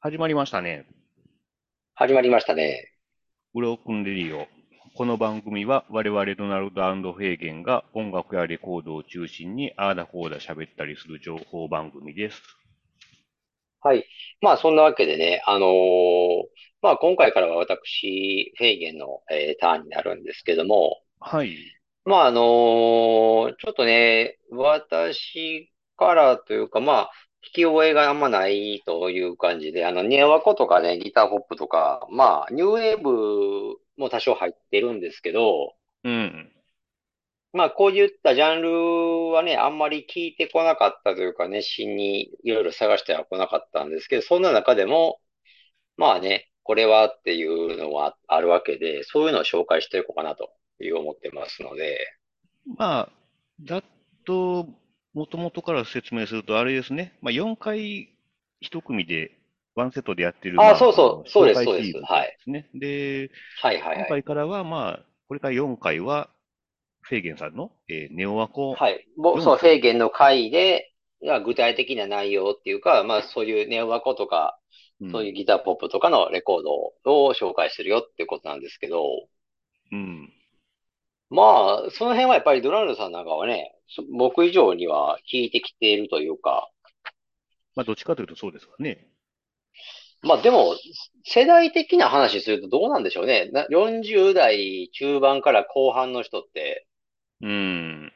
始まりましたね。始まりましたね。ブロークンレディオ。この番組は我々ドナルドヘーゲンが音楽やレコードを中心にああだこうだ喋ったりする情報番組です。はい。まあ、そんなわけでね、あのーまあ、今回からは私、フェーゲンの、えーターンになるんですけども、はい。まあ、あのーちょっとね、私からというか、まあ、聞き覚えがあんまないという感じで、あの、ネワコとかね、ギターポップとか、まあ、ニューウェーブも多少入ってるんですけど、うん。まあ、こういったジャンルはね、あんまり聞いてこなかったというか、熱心にいろいろ探してはこなかったんですけど、そんな中でも、まあね、これはっていうのはあるわけで、そういうのを紹介していこうかなという思ってますので、まあ、ざっと、もともとから説明するとあれですね。まあ、4回1組で、ワンセットでやってる、あまそうそのうそうです紹介そうですシリーズはいですね。で、はいはいは今い。回からは、まあ、これから4回は、フェーゲンさんの、えーネオアコはい。僕、そう、フェーゲンの回で、まあ具体的な内容っていうか、まあそういうネオワコとか、うんそういうギターポップとかのレコードを紹介してるよっていうことなんですけど、うん。まあ、その辺はやっぱりドナルドさんなんかはね、そ僕以上には聞いてきているというか、まあ、どっちかというとそうですわね。まあでも、世代的な話するとどうなんでしょうね。な40代中盤から後半の人って、うん。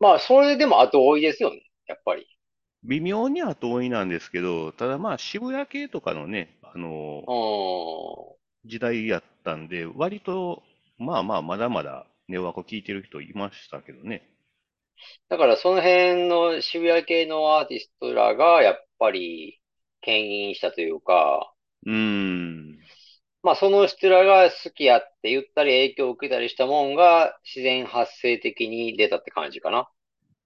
まあそれでも後追いですよね、やっぱり。微妙には遠いなんですけど、ただまあ渋谷系とかのね、あのう、ーん。時代やったんで、割と、まあまあ、まだまだネオワコ聞いてる人いましたけどね。だからその辺の渋谷系のアーティストらがやっぱり牽引したというか、うん。まあその人らが好きやって言ったり影響を受けたりしたもんが自然発生的に出たって感じかな。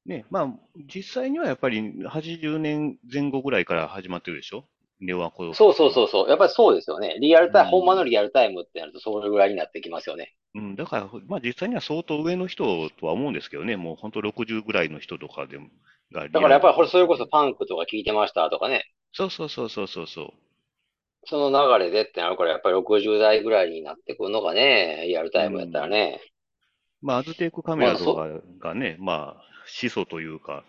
ね、まあ、実際にはやっぱり80年前後ぐらいから始まってるでしょネオワコ。そうそうそうそう。やっぱりそうですよね。リアルタイうんム、ほんまのリアルタイムってなると、それぐらいになってきますよね。うん、だから、まあ実際には相当上の人とは思うんですけどね、もう本当60ぐらいの人とかでも、がだからやっぱり、これ、それここそパンクとか聞いてましたとかね。そ。そうそうそうそうそう。その流れでってなるから、やっぱり60代ぐらいになってくるのがね、リアルタイムやったらね。まあ、アズテックカメラとまかがね、まあ、始祖というか、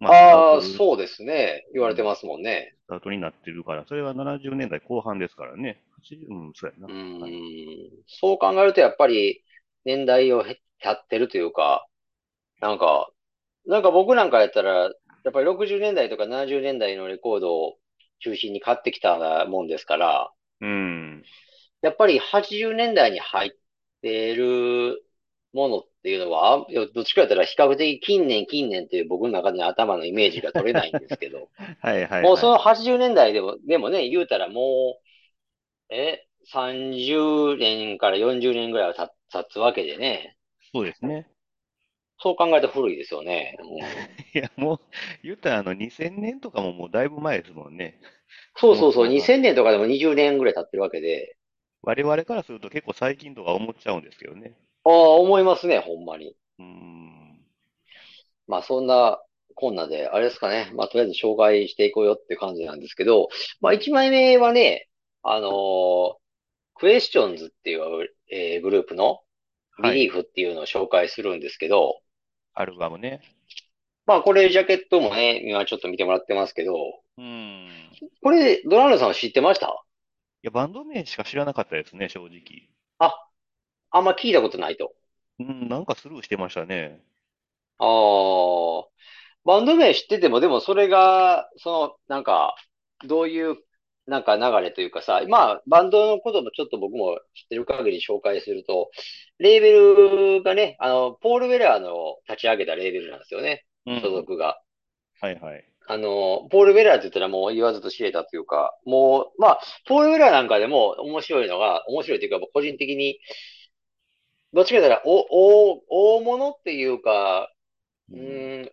まああ、スタートそうですね。言われてますもんね。スタートになってるから、それは70年代後半ですからね。80うん、そうやな。うん。そう考えると、やっぱり、年代を経ってるというか、なんか、なんか僕なんかやったら、やっぱり60年代とか70年代のレコードを中心に買ってきたもんですから、うん。やっぱり80年代に入ってるものっていうのは、あいやどっちかやったら比較的近年近年っていう僕の中での頭のイメージが取れないんですけど、 はいはい、はい。もうその80年代でも、でもね、言うたらもう、え、30年から40年ぐらいは経経つわけでね、そうですね。 そう考えると古いですよね。うんいや、もう、言ったらあの2000年とかももうだいぶ前ですもんね。そうそ うそう、もう2000年とかでも20年ぐらい経ってるわけで、我々からすると結構最近とか思っちゃうんですけどね。ああ、思いますね、ほんまに。うん。まあそんなこんなで、あれですかね。まあとりあえず紹介していこうよっていう感じなんですけど、まあ1枚目はね、あのークエスチョンズっていう、えーグループのはビい。リーフっていうのを紹介するんですけど、アルバムね。まあこれジャケットもね、今ちょっと見てもらってますけど、うん。いこれドナルドさん知ってましたや、バンド名しか知らなかったですね、正直。あ、あんま聞いたことないと。うん、なんかスルーしてましたね。ああ、バンド名知ってても、でもそれが、その、なんか、どういう、なんか流れというかさ、まあ、バンドのこともちょっと僕も知ってる限り紹介すると、レーベルがね、あの、ポール・ウェラーの立ち上げたレーベルなんですよね、うん。所属が。はいはい。あの、ポール・ウェラーって言ったらもう言わずと知れたというか、もう、まあ、ポール・ウェラーなんかでも面白いのが、面白いというか、個人的に、どっちかというと、お、お、大物っていうか、うーん、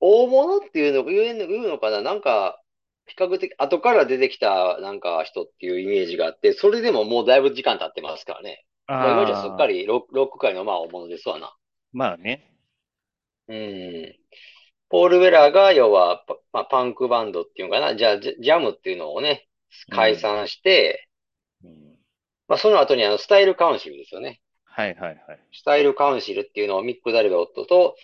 大物っていうの、言えんの言うのかな、なんか、比較的、後から出てきた、なんか、人っていうイメージがあって、それでももうだいぶ時間経ってますからね。まあ、今じゃすっかりロック、ロック界のまあ、大物ですわな。まあね。うん。ポール・ウェラーが、要はパ、まあ、パンクバンドっていうのかな、じゃあ、ジャジャムっていうのをね、解散して、うんまあ、その後にあの、スタイルカウンシルですよね。はいはいはい。スタイルカウンシルっていうのをミック・ダルベットと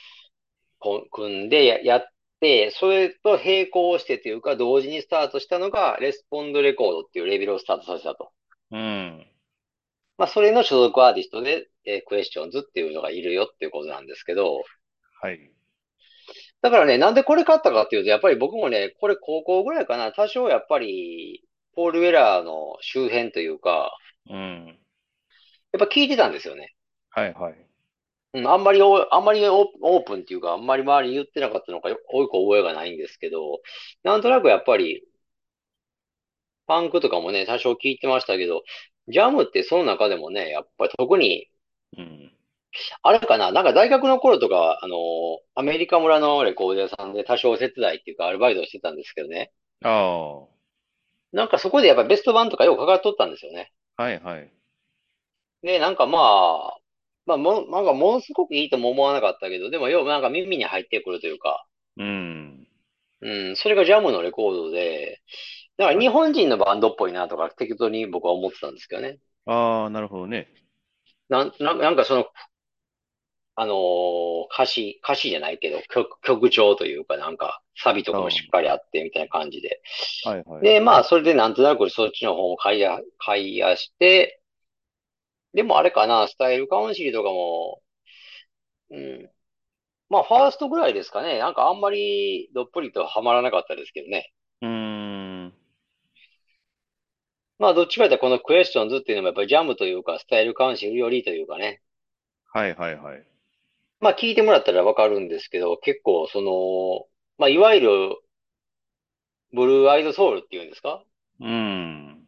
こん組んでや、やって、それと並行してというか、同時にスタートしたのが、レスポンドレコードっていうレベルをスタートさせたと。うん。まあ、それの所属アーティストで、えークエスチョンズっていうのがいるよっていうことなんですけど、はい。だからね、なんでこれ買ったかっていうと、やっぱり僕もね、これ高校ぐらいかな、多少やっぱり、ポール・ウェラーの周辺というか、うん。やっぱ聞いてたんですよね。はいはい。うん、あんまりお、あんまりオーオープンっていうか、あんまり周りに言ってなかったのか、よ多い子覚えがないんですけど、なんとなくやっぱり、パンクとかもね、多少聞いてましたけど、ジャムってその中でもね、やっぱり特に、うん。あれかな、なんか大学の頃とか、あの、アメリカ村のレコード屋さんで多少接待っていうか、アルバイトをしてたんですけどね、ああ。なんかそこでやっぱりベスト版とかよくかかっとったんですよね。はいはい。で、なんかまあ、まあも、なんかものすごくいいとも思わなかったけど、でもようなんか耳に入ってくるというか、うん。うん、それがジャムのレコードで、だから日本人のバンドっぽいなとか適当に僕は思ってたんですけどね。ああ、なるほどね。なん、なんなんかその、あのー歌詞、歌詞じゃないけど、曲、曲調というかなんか、サビとかもしっかりあってみたいな感じで。はいはい。で、まあ、それでなんとなくそっちの方を買いや、買いやして、でもあれかな、スタイルカウンシルとかも、うん。まあ、ファーストぐらいですかね。なんかあんまりどっぷりとはまらなかったですけどね。うーん。まあ、どっちかというと、このクエスチョンズっていうのもやっぱりジャムというか、スタイルカウンシルよりというかね。はいはいはい。まあ、聞いてもらったらわかるんですけど、結構、その、まあ、いわゆる、ブルーアイドソウルっていうんですかうん。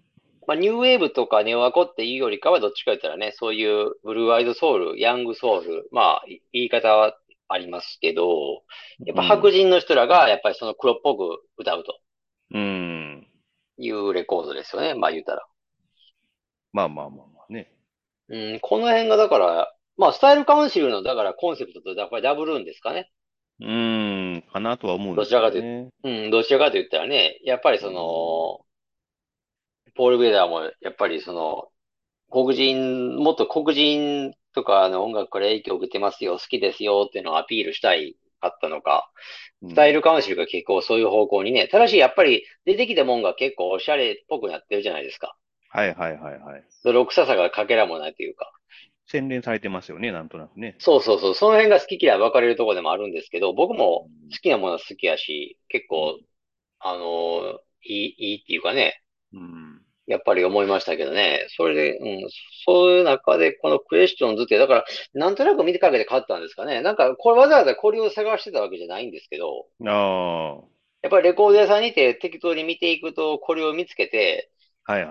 まあ、ニューウェーブとかネオアコっていうよりかは、どっちか言ったらね、そういうブルーアイドソウル、ヤングソウル、まあ、い言い方はありますけど、やっぱ白人の人らが、やっぱりその黒っぽく歌うとうん。いうレコードですよね、まあ言うたら。まあまあまあまあね。うん、この辺がだから、まあ、スタイルカウンシルの、だからコンセプトとやっぱりダブルんですかね。うーん。かなとは思うんどちらかというね。うん、どちらかと言ったらね、やっぱりその、ポール・ベーダーも、やっぱりその、黒人、もっと黒人とかの音楽から影響を受けてますよ、好きですよっていうのをアピールしたいかったのか、うんスタイルカウンシルが結構そういう方向にね、ただしやっぱり出てきたもんが結構おしゃれっぽくなってるじゃないですか。はいはいはいはい。泥臭さがかけらもないというか。洗練されてますよね、なんとなくね。そうそうそう、その辺が好き嫌い分かれるところでもあるんですけど、僕も好きなものは好きやし、結構、あのいい、いいっていうかね、うん。やっぱり思いましたけどね。それで、うん、そういう中で、このクエスチョンズって、だから、なんとなく見てかけて買ったんですかね。なんか、これわざわざこれを探してたわけじゃないんですけど、ああ。はやっぱりレコード屋さんにて適当に見ていくと、これを見つけて、いはい。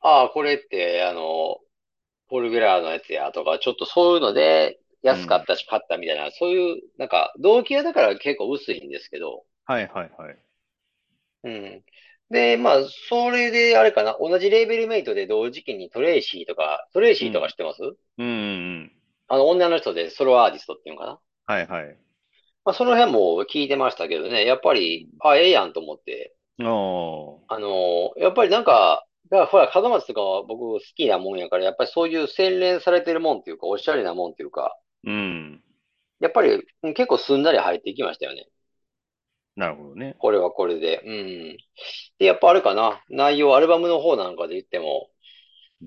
ああ、これって、あの、ポール・グラーのやつやとか、ちょっとそういうので、安かったし買ったみたいな、そういう、なんか、動機はだから結構薄いんですけど、はいはいはい。うん。で、まあ、それで、あれかな、同じレーベルメイトで同時期にトレイシーとか、トレイシーとか知ってますうんうん。あの、女の人でソロアーティストっていうのかな。はいはい。まあ、その辺も聞いてましたけどね、やっぱり、あ、ええやんと思って。ああ。あのーやっぱりなんか、だからほら、門松とかは僕好きなもんやから、やっぱりそういう洗練されてるもんっていうか、おしゃれなもんっていうか、うん。やっぱりうん結構すんなり入っていきましたよね。なるほどね。これはこれで。うん。で、やっぱあれかな、内容、アルバムの方なんかで言ってうも、ん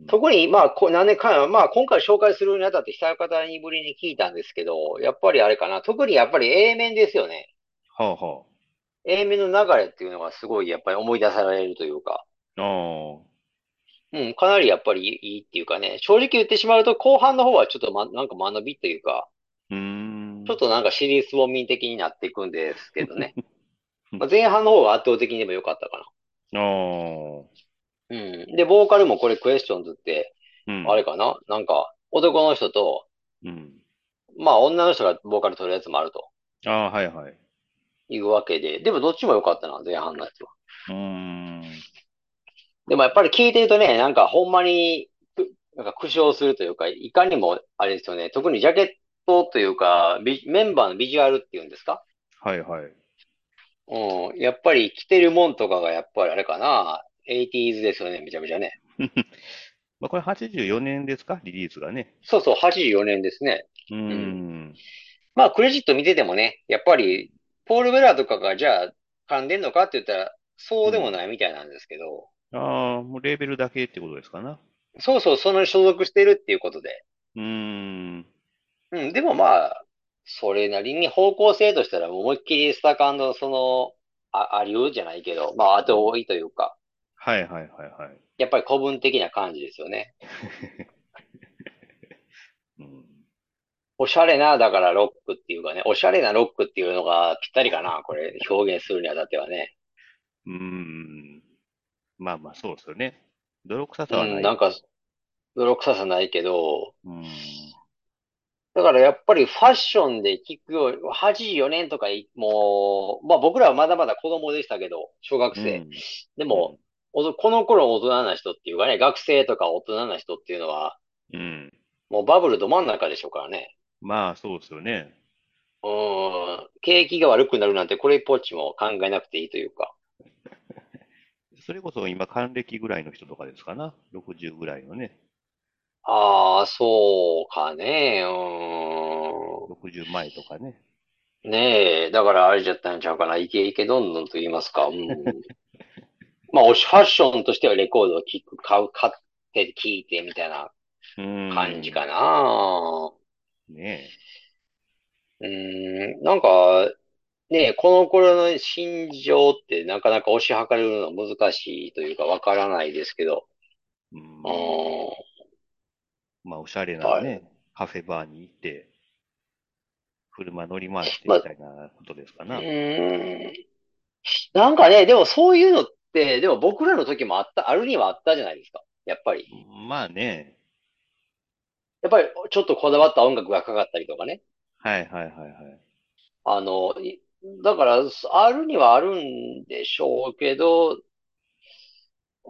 特に、まあ、こう何年か、まあ、今回紹介するにあたって久方にぶりに聞いたんですけど、やっぱりあれかな、特にやっぱり A 面ですよね。はあは A 面の流れっていうのがすごいやっぱり思い出されるというか、あ。ああ。うん、かなりやっぱりいいっていうかね、正直言ってしまうと後半の方はちょっとま、なんか間延びというか、うーん。ちょっとなんかシリーズウォーミン的になっていくんですけ どね。まあ前半の方は圧倒的にでも良かったかああ。な。うん。で、ボーカルもこれクエスチョンズって、うん。あれかななんか男の人と、うん。まあ女の人がボーカル取るやつもあるとああ、はいはい。ういうわけで、でもどっちも良かったな、前半のやつは。ーん。でもやっぱり聞いてるとね、なんかほんまに、くなんか苦笑するというか、いかにもあれですよね、特にジャケットというか、ビメンバーのビジュアルっていうんですかはいはい。うん。やっぱり着てるもんとかがやっぱりあれかな。80s ですよね、めちゃめちゃね。まあ、これ84年ですかリリースがね。そうそう、84年ですね。うーん。まあ、クレジット見ててもね、やっぱり、ポール・ベラーとかがじゃあ、噛んでんのかって言ったら、そうでもないみたいなんですけど、ああ、もうレーベルだけってことですかな。そうそう、その所属してるっていうことで。うーん。うん、でもまあ、それなりに方向性としたら、思いっきりスタカンド、その、あ、ありうじゃないけど、まあ、後追いというか、はいはいはいはい。やっぱり古文的な感じですよね。うん、おしゃれな、だからロックっていうかね、おしゃれなロックっていうのがぴったりかな、これ、表現するにあたってはね。うーん。まあまあ、そうですよね。泥臭さうはない。ん、なんか、泥臭さないけど、うん。だからやっぱりファッションで聞くより、84年とかい、もう、まあ僕らはまだまだ子供でしたけど、小学生。うんでも、おとこの頃大人な人っていうかね、学生とか大人な人っていうのは、うん。もうバブルど真ん中でしょうからね。まあ、そうですよね。うーん、景気が悪くなるなんてこれっぽっちも考えなくていいというか。それこそ今、還暦ぐらいの人とかですかな。60ぐらいのね。ああ、そうかね。う60前とかね。ーん。ねえ、だからあれじゃったんちゃうかな。イケイケどんどんと言いますか。うん。 まあ、おし、ファッションとしてはレコードを聞く、買う、買って、聞いてみたいなうーん。感じかな。ねうーん、なんか、ねえ、この頃の心情ってなかなか推し量れるのは難しいというかわからないですけど、え。うんう。ーん、まあ、おしゃれなね、カフェバーに行って、車乗り回してみたいなことですかな。うーんなんかね、でもそういうのって、でも僕らの時もあった、あるにはあったじゃないですか。やっぱり。まあね。やっぱりちょっとこだわった音楽がかかったりとかね。はいはいはいはい。あの、いだから、あるにはあるんでしょうけど、うーん、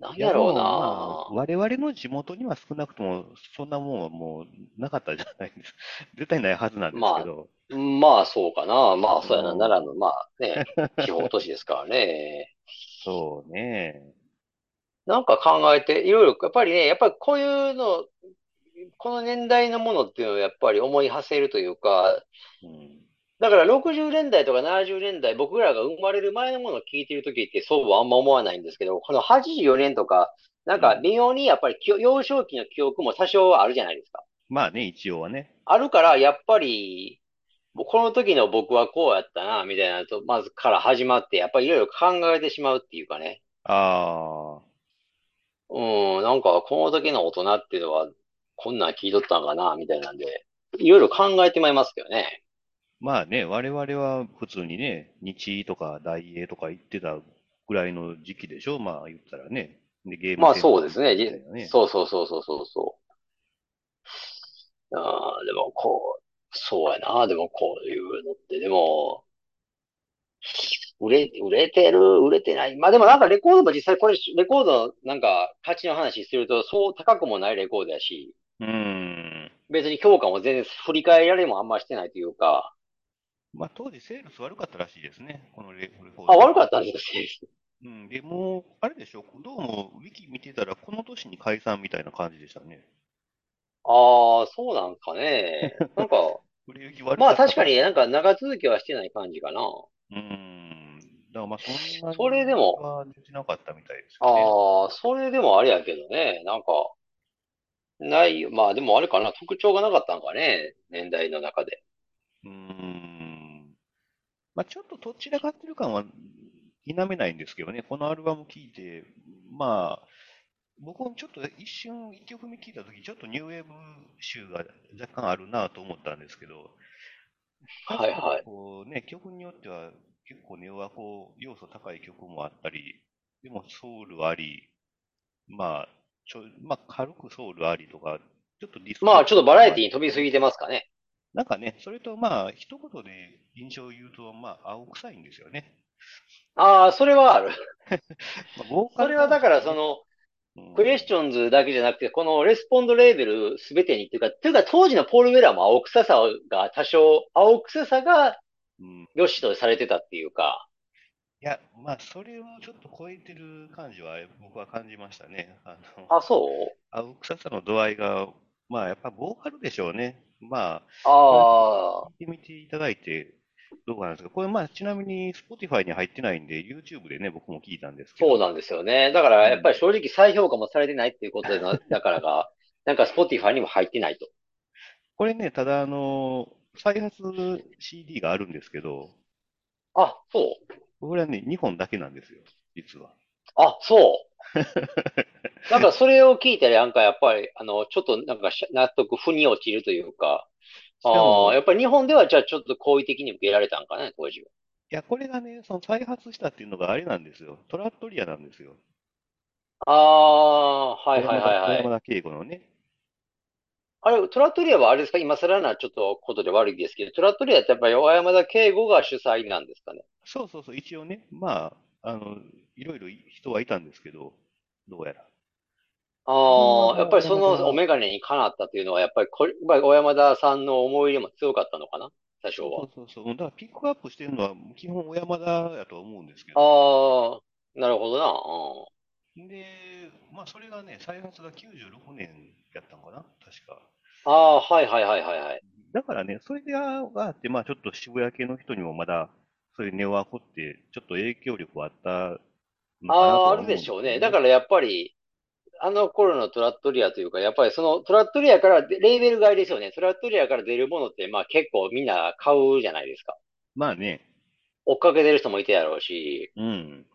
なんいややろでうもまあな。我々の地元には少なくとも、そんなもんはもうなかったじゃないですか。 絶対ないはずなんですけど。まあ、そうかな。まあ、そうやな。うん奈良の、まあね、地方都市ですからね。そうね。なんか考えて、いろいろ、やっぱりね、やっぱりこういうの、この年代のものっていうのをやっぱり思い馳せるというか、うん、だから60年代とか70年代、僕らが生まれる前のものを聞いてるときってそうはあんま思わないんですけど、この84年とか、なんか微妙にやっぱり記幼少期の記憶も多少はあるじゃないですか。まあね、一応はね。あるから、やっぱり、この時の僕はこうやったな、みたいなと、まずから始まって、やっぱりいろいろ考えてしまうっていうかね。ああ、うん、なんか、この時の大人っていうのは、こんなん聞いとったんかな、みたいなんで、いろいろ考えてまいりますけどね。まあね、我々は普通にね、日とか大英とか行ってたぐらいの時期でしょ。まあ言ったらね。で、ゲームまあセンターそうですね。みじたいなね。そうそうそうそうそうそう。ああ、でもこう、そうやな。でもこういうのって、でも、売れ、売れてる、売れてない。まあでもなんかレコードも実際これ、レコードのなんか価値の話すると、そう高くもないレコードやし、うーん。別に評価も全然振り返られもあんましてないというか、まあ当時セールス悪かったらしいですね。このレレコーあ、ド悪かったんですね。うん、でも、あれでしょ、どうも、ウィキ見てたら、この年に解散みたいな感じでしたね。ああ、そうなんかね。 なんか、売れ行き悪まあかった確かになんか長続きはしてない感じかな。うん。だからまあ、そんなにそれでもは出てなかったみたいですよね。ああ、それでもあれやけどね。なんか、ない、まあでもあれかな。特徴がなかったんかね。年代の中で。うん。まあ、ちょっとどちらかってる感は否めないんですけどね、このアルバム聴いて、まあ、僕もちょっと一瞬、一曲目聴いたとき、ちょっとニューウェーブ集が若干あるなと思ったんですけど、はいはいこうね、曲によっては結構ネオアコ要素高い曲もあったり、でもソウルあり、まあ、ちょ、まあ、軽くソウルありとか、ちょっとディスまあちょっとバラエティにと飛びすぎてますかね。なんかね、それとまあ、一言で印象を言うと、まあ、青臭いんですよね。ああ、それはある。まあ、ボーカそルれはだからその、の、うんクエスチョンズだけじゃなくて、このレスポンドレーベル全てにっていうか、というか当時のポール・ウェラーも青臭さが多少、青臭さがうん。い良しとされてたっていうか、や、まあ、それをちょっと超えてる感じは僕は感じましたね。あの、あ、そう青臭さの度合いが、まあ、やっぱボーカルでしょうね。まあ、ああ、聞いてみていただいて、どうかなんですか。これ、まあ、ちなみに Spotify に入ってないんで、YouTube でね、僕も聞いたんですけど。そうなんですよね。だから、やっぱり正直再評価もされてないっていうこと でな、だからが、なんか Spotify にも入ってないと。これね、ただ、あの、再発 CD があるんですけど、あ、そう。これはね、2本だけなんですよ、実は。あ、 そう。なんかそれを聞いたら、なんかやっぱり、あの、ちょっとなんかし納得、腑に落ちるというか、しかあもあ、やっぱり日本ではじゃあちょっと好意的に受け入れられたんかね、当時は。いや、これがね、その再発したっていうのがあれなんですよ。トラットリアなんですよ。ああ、はいはいはいはい。小山田圭吾のね。あれ、トラトリアはあれですか今更なちょっとことで悪いですけど、トラトリアってやっぱり小山田圭吾が主催なんですかね。そうそうそう、一応ね、まあ、あの、いろいろ人はいたんですけど、どうやら。あうあ、んやっぱりそなるほどのお眼鏡にかなったというのは、やっぱりこれ、やっぱり小山田さんの思い入れも強かったのかな多そ少はう。そうそうそう。だからピックアップしてるのは基本小山田やと思うんですけど。ああ、なるほどな。で、まあそれがね、再発が96年やったのかな確か。ああー、はいはいはいはいはい。だからね、それがあって、まあちょっと渋谷系の人にもまだ、そういうネオアコって、ちょっと影響力はあったのかなとああ、はあるでしょうね。だ思からやっぱり、あの頃のトラットリアというか、やっぱりそのトラットリアから、レーベル買いですよね。トラットリアから出るものって、まあ結構みんな買うじゃないですか。うんですよね。追っかけてる人もいてやろうし。まあね、うん。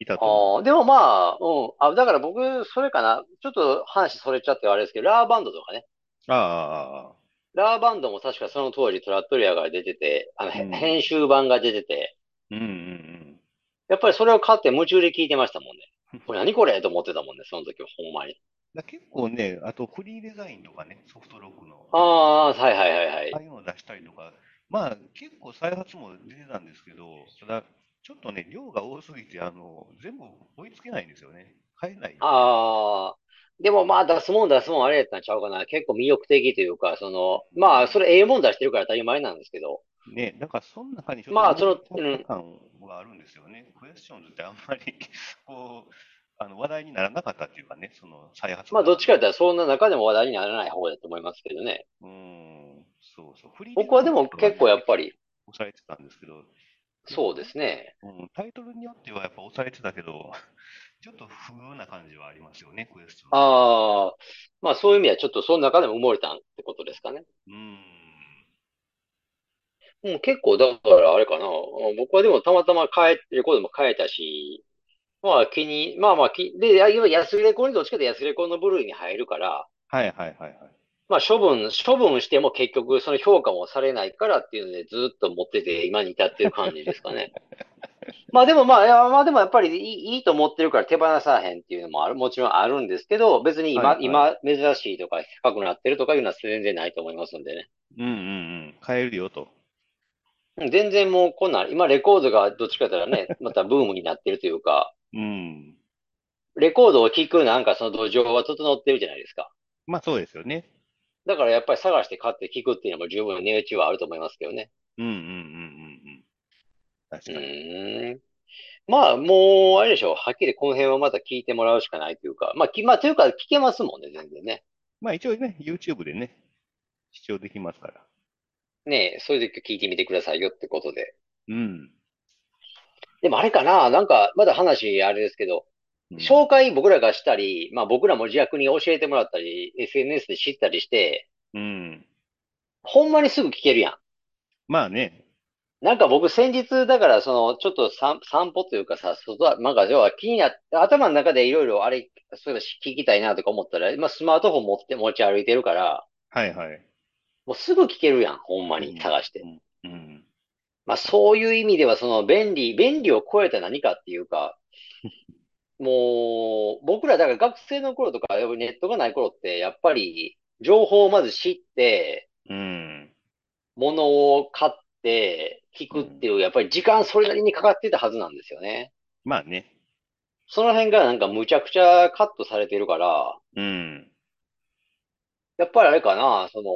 いたと思う。ああ、でもまあ、うん。あ、だから僕、それかな。ちょっと話それちゃってあれですけど、ラーバンドとかね。ああああ、ラーバンドも確かその当時トラットリアが出てて、あの、へうん編集版が出てて、うんうんうん。やっぱりそれを買って夢中で聞いてましたもんね。これ何これと思ってたもんね、その時はほんまに。だ結構ね、あとフリーデザインとかね、ソフトロックの、ああ、はいはいはいはいあ。あいうのを出したりとか、まあ結構再発も出てたんですけど、ただちょっとね、量が多すぎて、あの、全部追いつけないんですよね。買えない。ああ、でもまあ出すもん出すもんあれやったんちゃうかな。結構魅力的というか、その、まあそれええもん出してるから当たり前なんですけど。ね、だからその中にちょっまあとそのうん感があるんですよね。クエスチョンズってあんまり こう、あの話題にならなかったっていうかね、その再発まあどっちかやったらそんな中でも話題にならない方だと思いますけどね。うん、そうそう。フリー僕はでも結構やっぱりり、抑えてたんですけど、そうですね。うん、タイトルによってはやっぱ抑えてたけど、 ちょっと不遇な感じはありますよね、クエスチョン。ああ、まあそういう意味ではちょっとその中でも埋もれたってことですかね。うん。うん、結構だからあれかな。僕はでもたまたま変え、レコードも変えたし、まあ気に、まあまあ気、で、いわゆる安レコにどっちかで安レコの部類に入るから、はいはいはいはい。まあ処分、処分しても結局その評価もされないからっていうのでずっと持ってて今に至ってる感じですかね。 まあでもまあ、いやまあでもやっぱりいい、いいと思ってるから手放さへんっていうのもある、もちろんあるんですけど、別に今、はいは今珍しいとか高くなってるとかいうのは全然ないと思いますんでね。うんうんうん。変えるよと。うん全然もうこんなん、今レコードがどっちかというと ね、またブームになってるというか、うん。レコードを聴くなんかその土壌は整ってるじゃないですか。まあそうですよね。だからやっぱり探して買って聴くっていうのも十分値打ちはあると思いますけどね。うんうんうんうんうん。確うかに。ーん。まあ、もう、あれでしょう。はっきりこの辺はまた聞いてもらうしかないというか。まあ、き、まあ、というか、聞けますもんね、全然ね。まあ一応ね、YouTube でね、視聴できますから。ねえ、それで聞いてみてくださいよってことで。うん。でもあれかな、なんか、まだ話、あれですけど、うん紹介僕らがしたり、まあ僕らも自虐に教えてもらったり、SNS で知ったりして、うん。ほんまにすぐ聞けるやん。まあね。なんか僕先日、だからその、ちょっと散、散歩というかさ、外は、なんか要は気になって、頭の中でいろいろあれ、そういうの聞きたいなとか思ったら、今スマートフォン持って持ち歩いてるから、はいはい。もうすぐ聞けるやん、ほんまに探して。うん。まあそういう意味では、その便利、便利を超えた何かっていうか、 もう、僕らだから学生の頃とか、やっぱりネットがない頃って、やっぱり情報をまず知って、うん。物を買って、聞くっていう、やっぱり時間それなりにかかってたはずなんですよね。まあね。その辺がなんかむちゃくちゃカットされてるから、うん。やっぱりあれかな、その、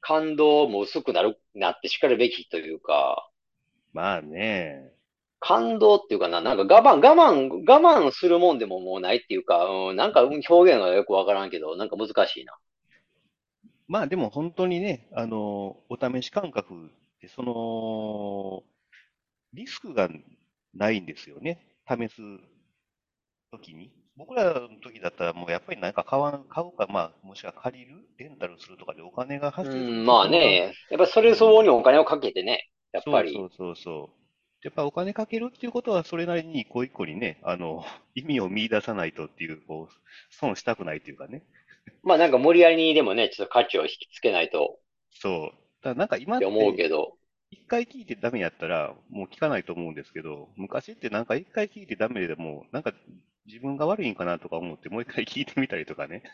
感動も薄くなる、なってしかるべきというか、まあね。感動っていうかな、なんか我慢、我慢、我慢するもんでももうないっていうか、うん、なんか表現がよくわからんけど、なんか難しいな。まあでも本当にね、あの、お試し感覚って、その、リスクがないんですよね。試すときに。僕らの時だったらもうやっぱりなんか買わん、買うか、まあもしくは借りる、レンタルするとかでお金が発う生するん、まあね、やっぱりそれ相応にお金をかけてね、やっそうぱり。そうそうそう。やっぱお金かけるっていうことは、それなりに一個一個にね、あの、意味を見出さないとっていう、こう、損したくないっていうかね。まあなんか無理やりにでもね、ちょっと価値を引きつけないとそう。ただなんか今っって、て思うけど、一回聞いてダメやったら、もう聞かないと思うんですけど、昔ってなんか一回聞いてダメでも、なんか自分が悪いんかなとか思って、もう一回聞いてみたりとかね。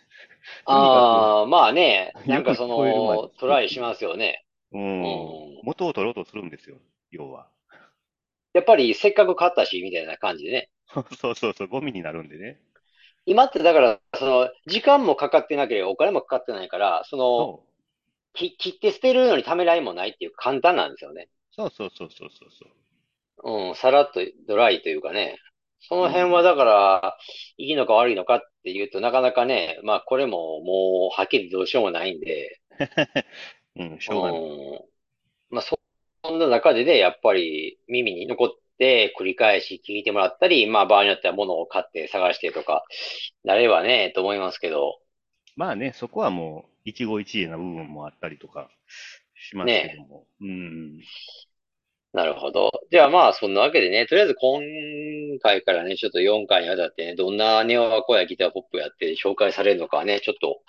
ああ、まあね、なんか そよく聞こえるまでの、トライしますよね。う。うん元を取ろうとするんですよ、要は。 やっぱりせっかく買ったし、みたいな感じでね。そうそうそう、ゴミになるんでね。今ってだから、その、時間もかかってなければお金もかかってないから、その、そう。き切って捨てるのにためらいもないっていう簡単なんですよね。そうそうそうそうそうそう。うん、さらっとドライというかね。その辺はだから、いいのか悪いのかっていうとなかなかね、まあこれももうはっきりどうしようもないんで、うん、しょうがない。うん、まあそ、そんな中でね、やっぱり耳に残って繰り返し聞いてもらったり、まあ場合によっては物を買って探してとか、なればね、と思いますけど、まあね、そこはもう一期一会な部分もあったりとかしますけども。うん。なるほど。じゃあまあ、そんなわけでね、とりあえず今回からね、ちょっと4回にわたってね、どんなネオアコやギターポップやって紹介されるのかね、ちょっと、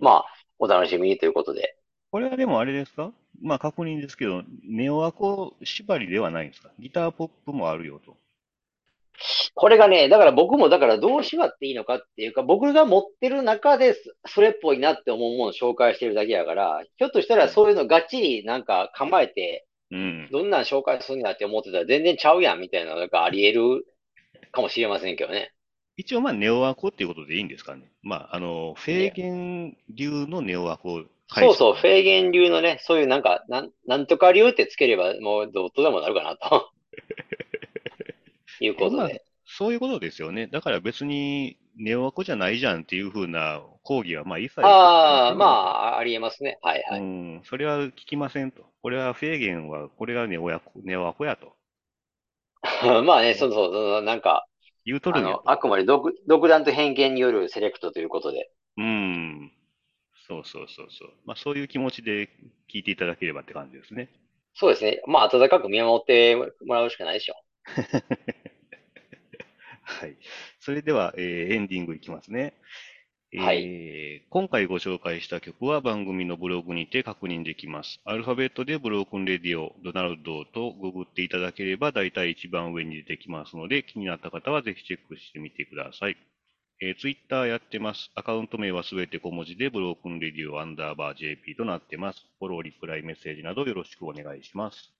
まあ、あ、お楽しみにということで。これはでもあれですかまあ確認ですけど、ネオアコ縛りではないんですかギターポップもあるよと。これがね、だから僕もだからどう縛っていいのかっていうか、僕が持ってる中でそそれっぽいなって思うものを紹介してるだけやから、ひょっとしたらそういうのがっちりなんか構えて、うん。どんなん紹介するんだって思ってたら全然ちゃうやんみたいなのがあり得るかもしれませんけどね。一応まあネオアコっていうことでいいんですかねまあ、あの、フェーゲン流のネオアコ解そう釈そう、フェーゲン流のね、そういうなんか、なん、なんとか流ってつければ、もうどうとでもなるかな ということまあで。そういうことですよね。だから別にネオアコじゃないじゃんっていうふうな抗議はまあ一切。ああ、まあ、ありえますね。はいはうい。ん、それは聞きませんと。これはフェーゲンは、これがネオヤコ、ネオアコやと。 まあね、そうそう、そのなんか、言うとあるんやのと、あくまで独、独断と偏見によるセレクトということで。うん。そうそうそうそう。まあそういう気持ちで聞いていただければって感じですね。そうですね。まあ、温かく見守ってもらうしかないでしょ。はい。それでは、えーエンディングいきますね。えーは今回ご紹介した曲は番組のブログにて確認できます。アルファベットでブロークンレディオ、ドナルドとググっていただければ大体一番上に出てきますので気になった方はぜひチェックしてみてください。えー、ツイッターやってます。アカウント名はすべて小文字で、ブロークンレディオアンダーバー JP となってます。フォロー、リプライ、メッセージなどよろしくお願いします。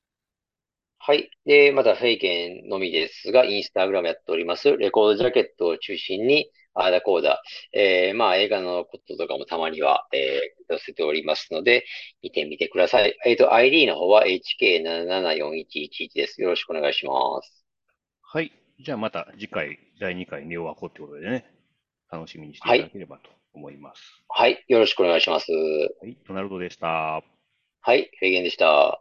はい。で、また、フェイケンのみですが、インスタグラムやっております。レコードジャケットを中心に、あーだこーだ、えー、まあ、映画のこととかもたまには、えー、載せておりますので、見てみてください。えっと、ID の方は HK774111 です。よろしくお願いします。はい。じゃあまた次回、第2回、ネオアコってことでね、楽しみにしていただければと思います。はい。よろしくお願いします。はい、ドナルドでした。はい。フェイケンでした。